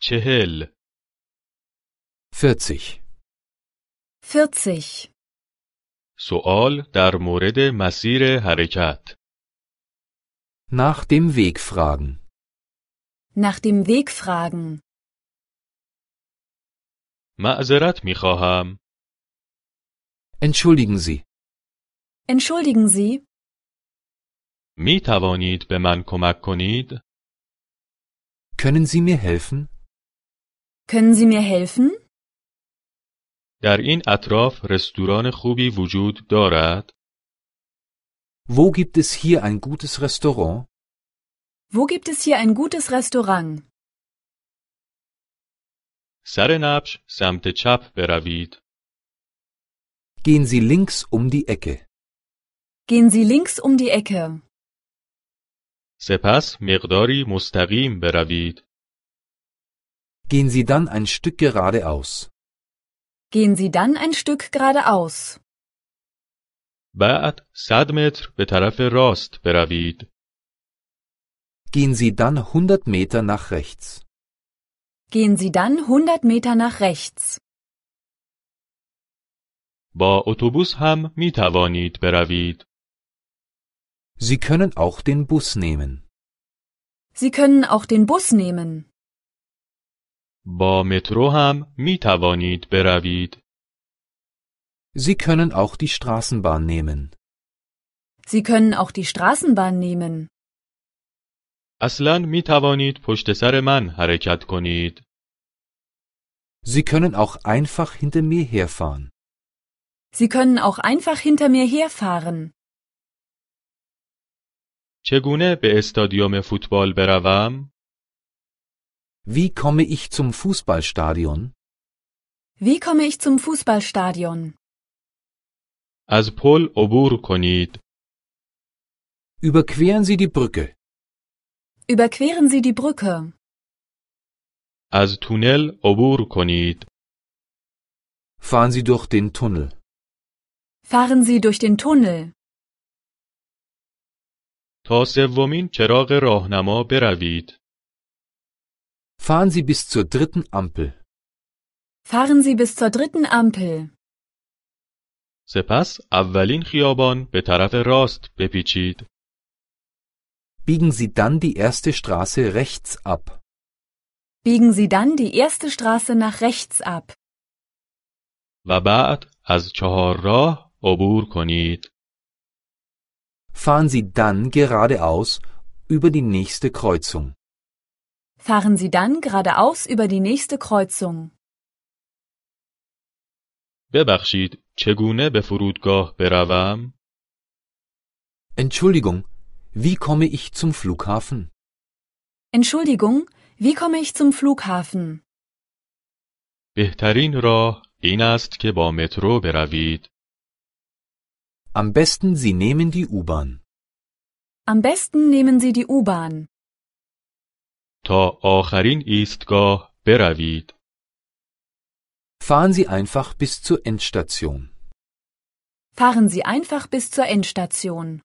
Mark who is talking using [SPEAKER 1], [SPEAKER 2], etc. [SPEAKER 1] چهل
[SPEAKER 2] 40.
[SPEAKER 3] 40.
[SPEAKER 1] سوال در مورد مسیر حرکت
[SPEAKER 2] Nach dem Weg fragen.
[SPEAKER 3] Nach dem Weg fragen.
[SPEAKER 1] معذرت می خواهم
[SPEAKER 2] Entschuldigen Sie,
[SPEAKER 3] Entschuldigen Sie,
[SPEAKER 1] می توانید به من کمک کنید؟
[SPEAKER 2] können Sie mir helfen?
[SPEAKER 3] können Sie mir helfen?
[SPEAKER 1] در این اطراف رستوران خوبی وجود دارد؟
[SPEAKER 2] Wo gibt es hier ein gutes Restaurant?
[SPEAKER 3] Wo gibt es hier ein gutes Restaurant?
[SPEAKER 1] سر نبش سمت چپ بروید
[SPEAKER 2] Gehen Sie links um die Ecke.
[SPEAKER 3] Gehen Sie links um die Ecke.
[SPEAKER 1] سپس مقداری مستقیم بروید
[SPEAKER 2] Gehen Sie dann ein Stück geradeaus.
[SPEAKER 3] Gehen Sie dann ein Stück geradeaus.
[SPEAKER 1] بعد 100 متر به طرف راست بروید
[SPEAKER 2] Gehen Sie dann 100 Meter nach rechts.
[SPEAKER 3] Gehen Sie dann 100 Meter nach rechts.
[SPEAKER 1] با اتوبوس هم می توانید بروید
[SPEAKER 2] Sie können auch den Bus nehmen.
[SPEAKER 3] Sie können auch den Bus nehmen.
[SPEAKER 1] با مترو هم می توانید بروید
[SPEAKER 2] Sie können auch die Straßenbahn nehmen.
[SPEAKER 3] Sie können auch die Straßenbahn nehmen.
[SPEAKER 1] اصلا می توانید پشت سر من حرکت کنید.
[SPEAKER 2] Sie können auch einfach hinter mir herfahren.
[SPEAKER 3] Sie können auch einfach hinter mir herfahren.
[SPEAKER 1] چگونه به استادیوم فوتبال بروم؟
[SPEAKER 2] Wie komme ich zum Fußballstadion?
[SPEAKER 3] Wie komme ich zum Fußballstadion?
[SPEAKER 1] از پل عبور کنید.
[SPEAKER 2] Überqueren Sie die Brücke.
[SPEAKER 3] Überqueren Sie die Brücke.
[SPEAKER 1] از تونل عبور کنید.
[SPEAKER 2] Fahren Sie durch den Tunnel.
[SPEAKER 3] Fahren Sie durch den Tunnel.
[SPEAKER 1] تا سومین چراغ راهنما بروید.
[SPEAKER 2] Fahren Sie bis zur dritten Ampel.
[SPEAKER 3] Fahren Sie bis zur dritten Ampel.
[SPEAKER 1] سپس اولین خیابان به طرف راست بپیچید.
[SPEAKER 2] Biegen Sie dann die erste Straße rechts ab.
[SPEAKER 3] Biegen Sie dann die erste Straße nach rechts ab
[SPEAKER 1] و بعد از چهار راه عبور کنید.
[SPEAKER 2] Fahren Sie dann geradeaus über die nächste Kreuzung.
[SPEAKER 3] fahren Sie dann geradeaus über die nächste Kreuzung.
[SPEAKER 1] ببخشید چگونه به فرودگاه بروم؟
[SPEAKER 2] Entschuldigung, wie komme ich zum Flughafen?
[SPEAKER 3] Entschuldigung, wie komme ich zum Flughafen?
[SPEAKER 1] بهترین راه این است که با مترو بروید.
[SPEAKER 2] Am besten Sie nehmen die U-Bahn.
[SPEAKER 3] Am besten nehmen Sie die U-Bahn
[SPEAKER 1] تا آخرین ایستگاه بروید.
[SPEAKER 2] Fahren Sie einfach bis zur Endstation.
[SPEAKER 3] fahren Sie einfach bis zur Endstation.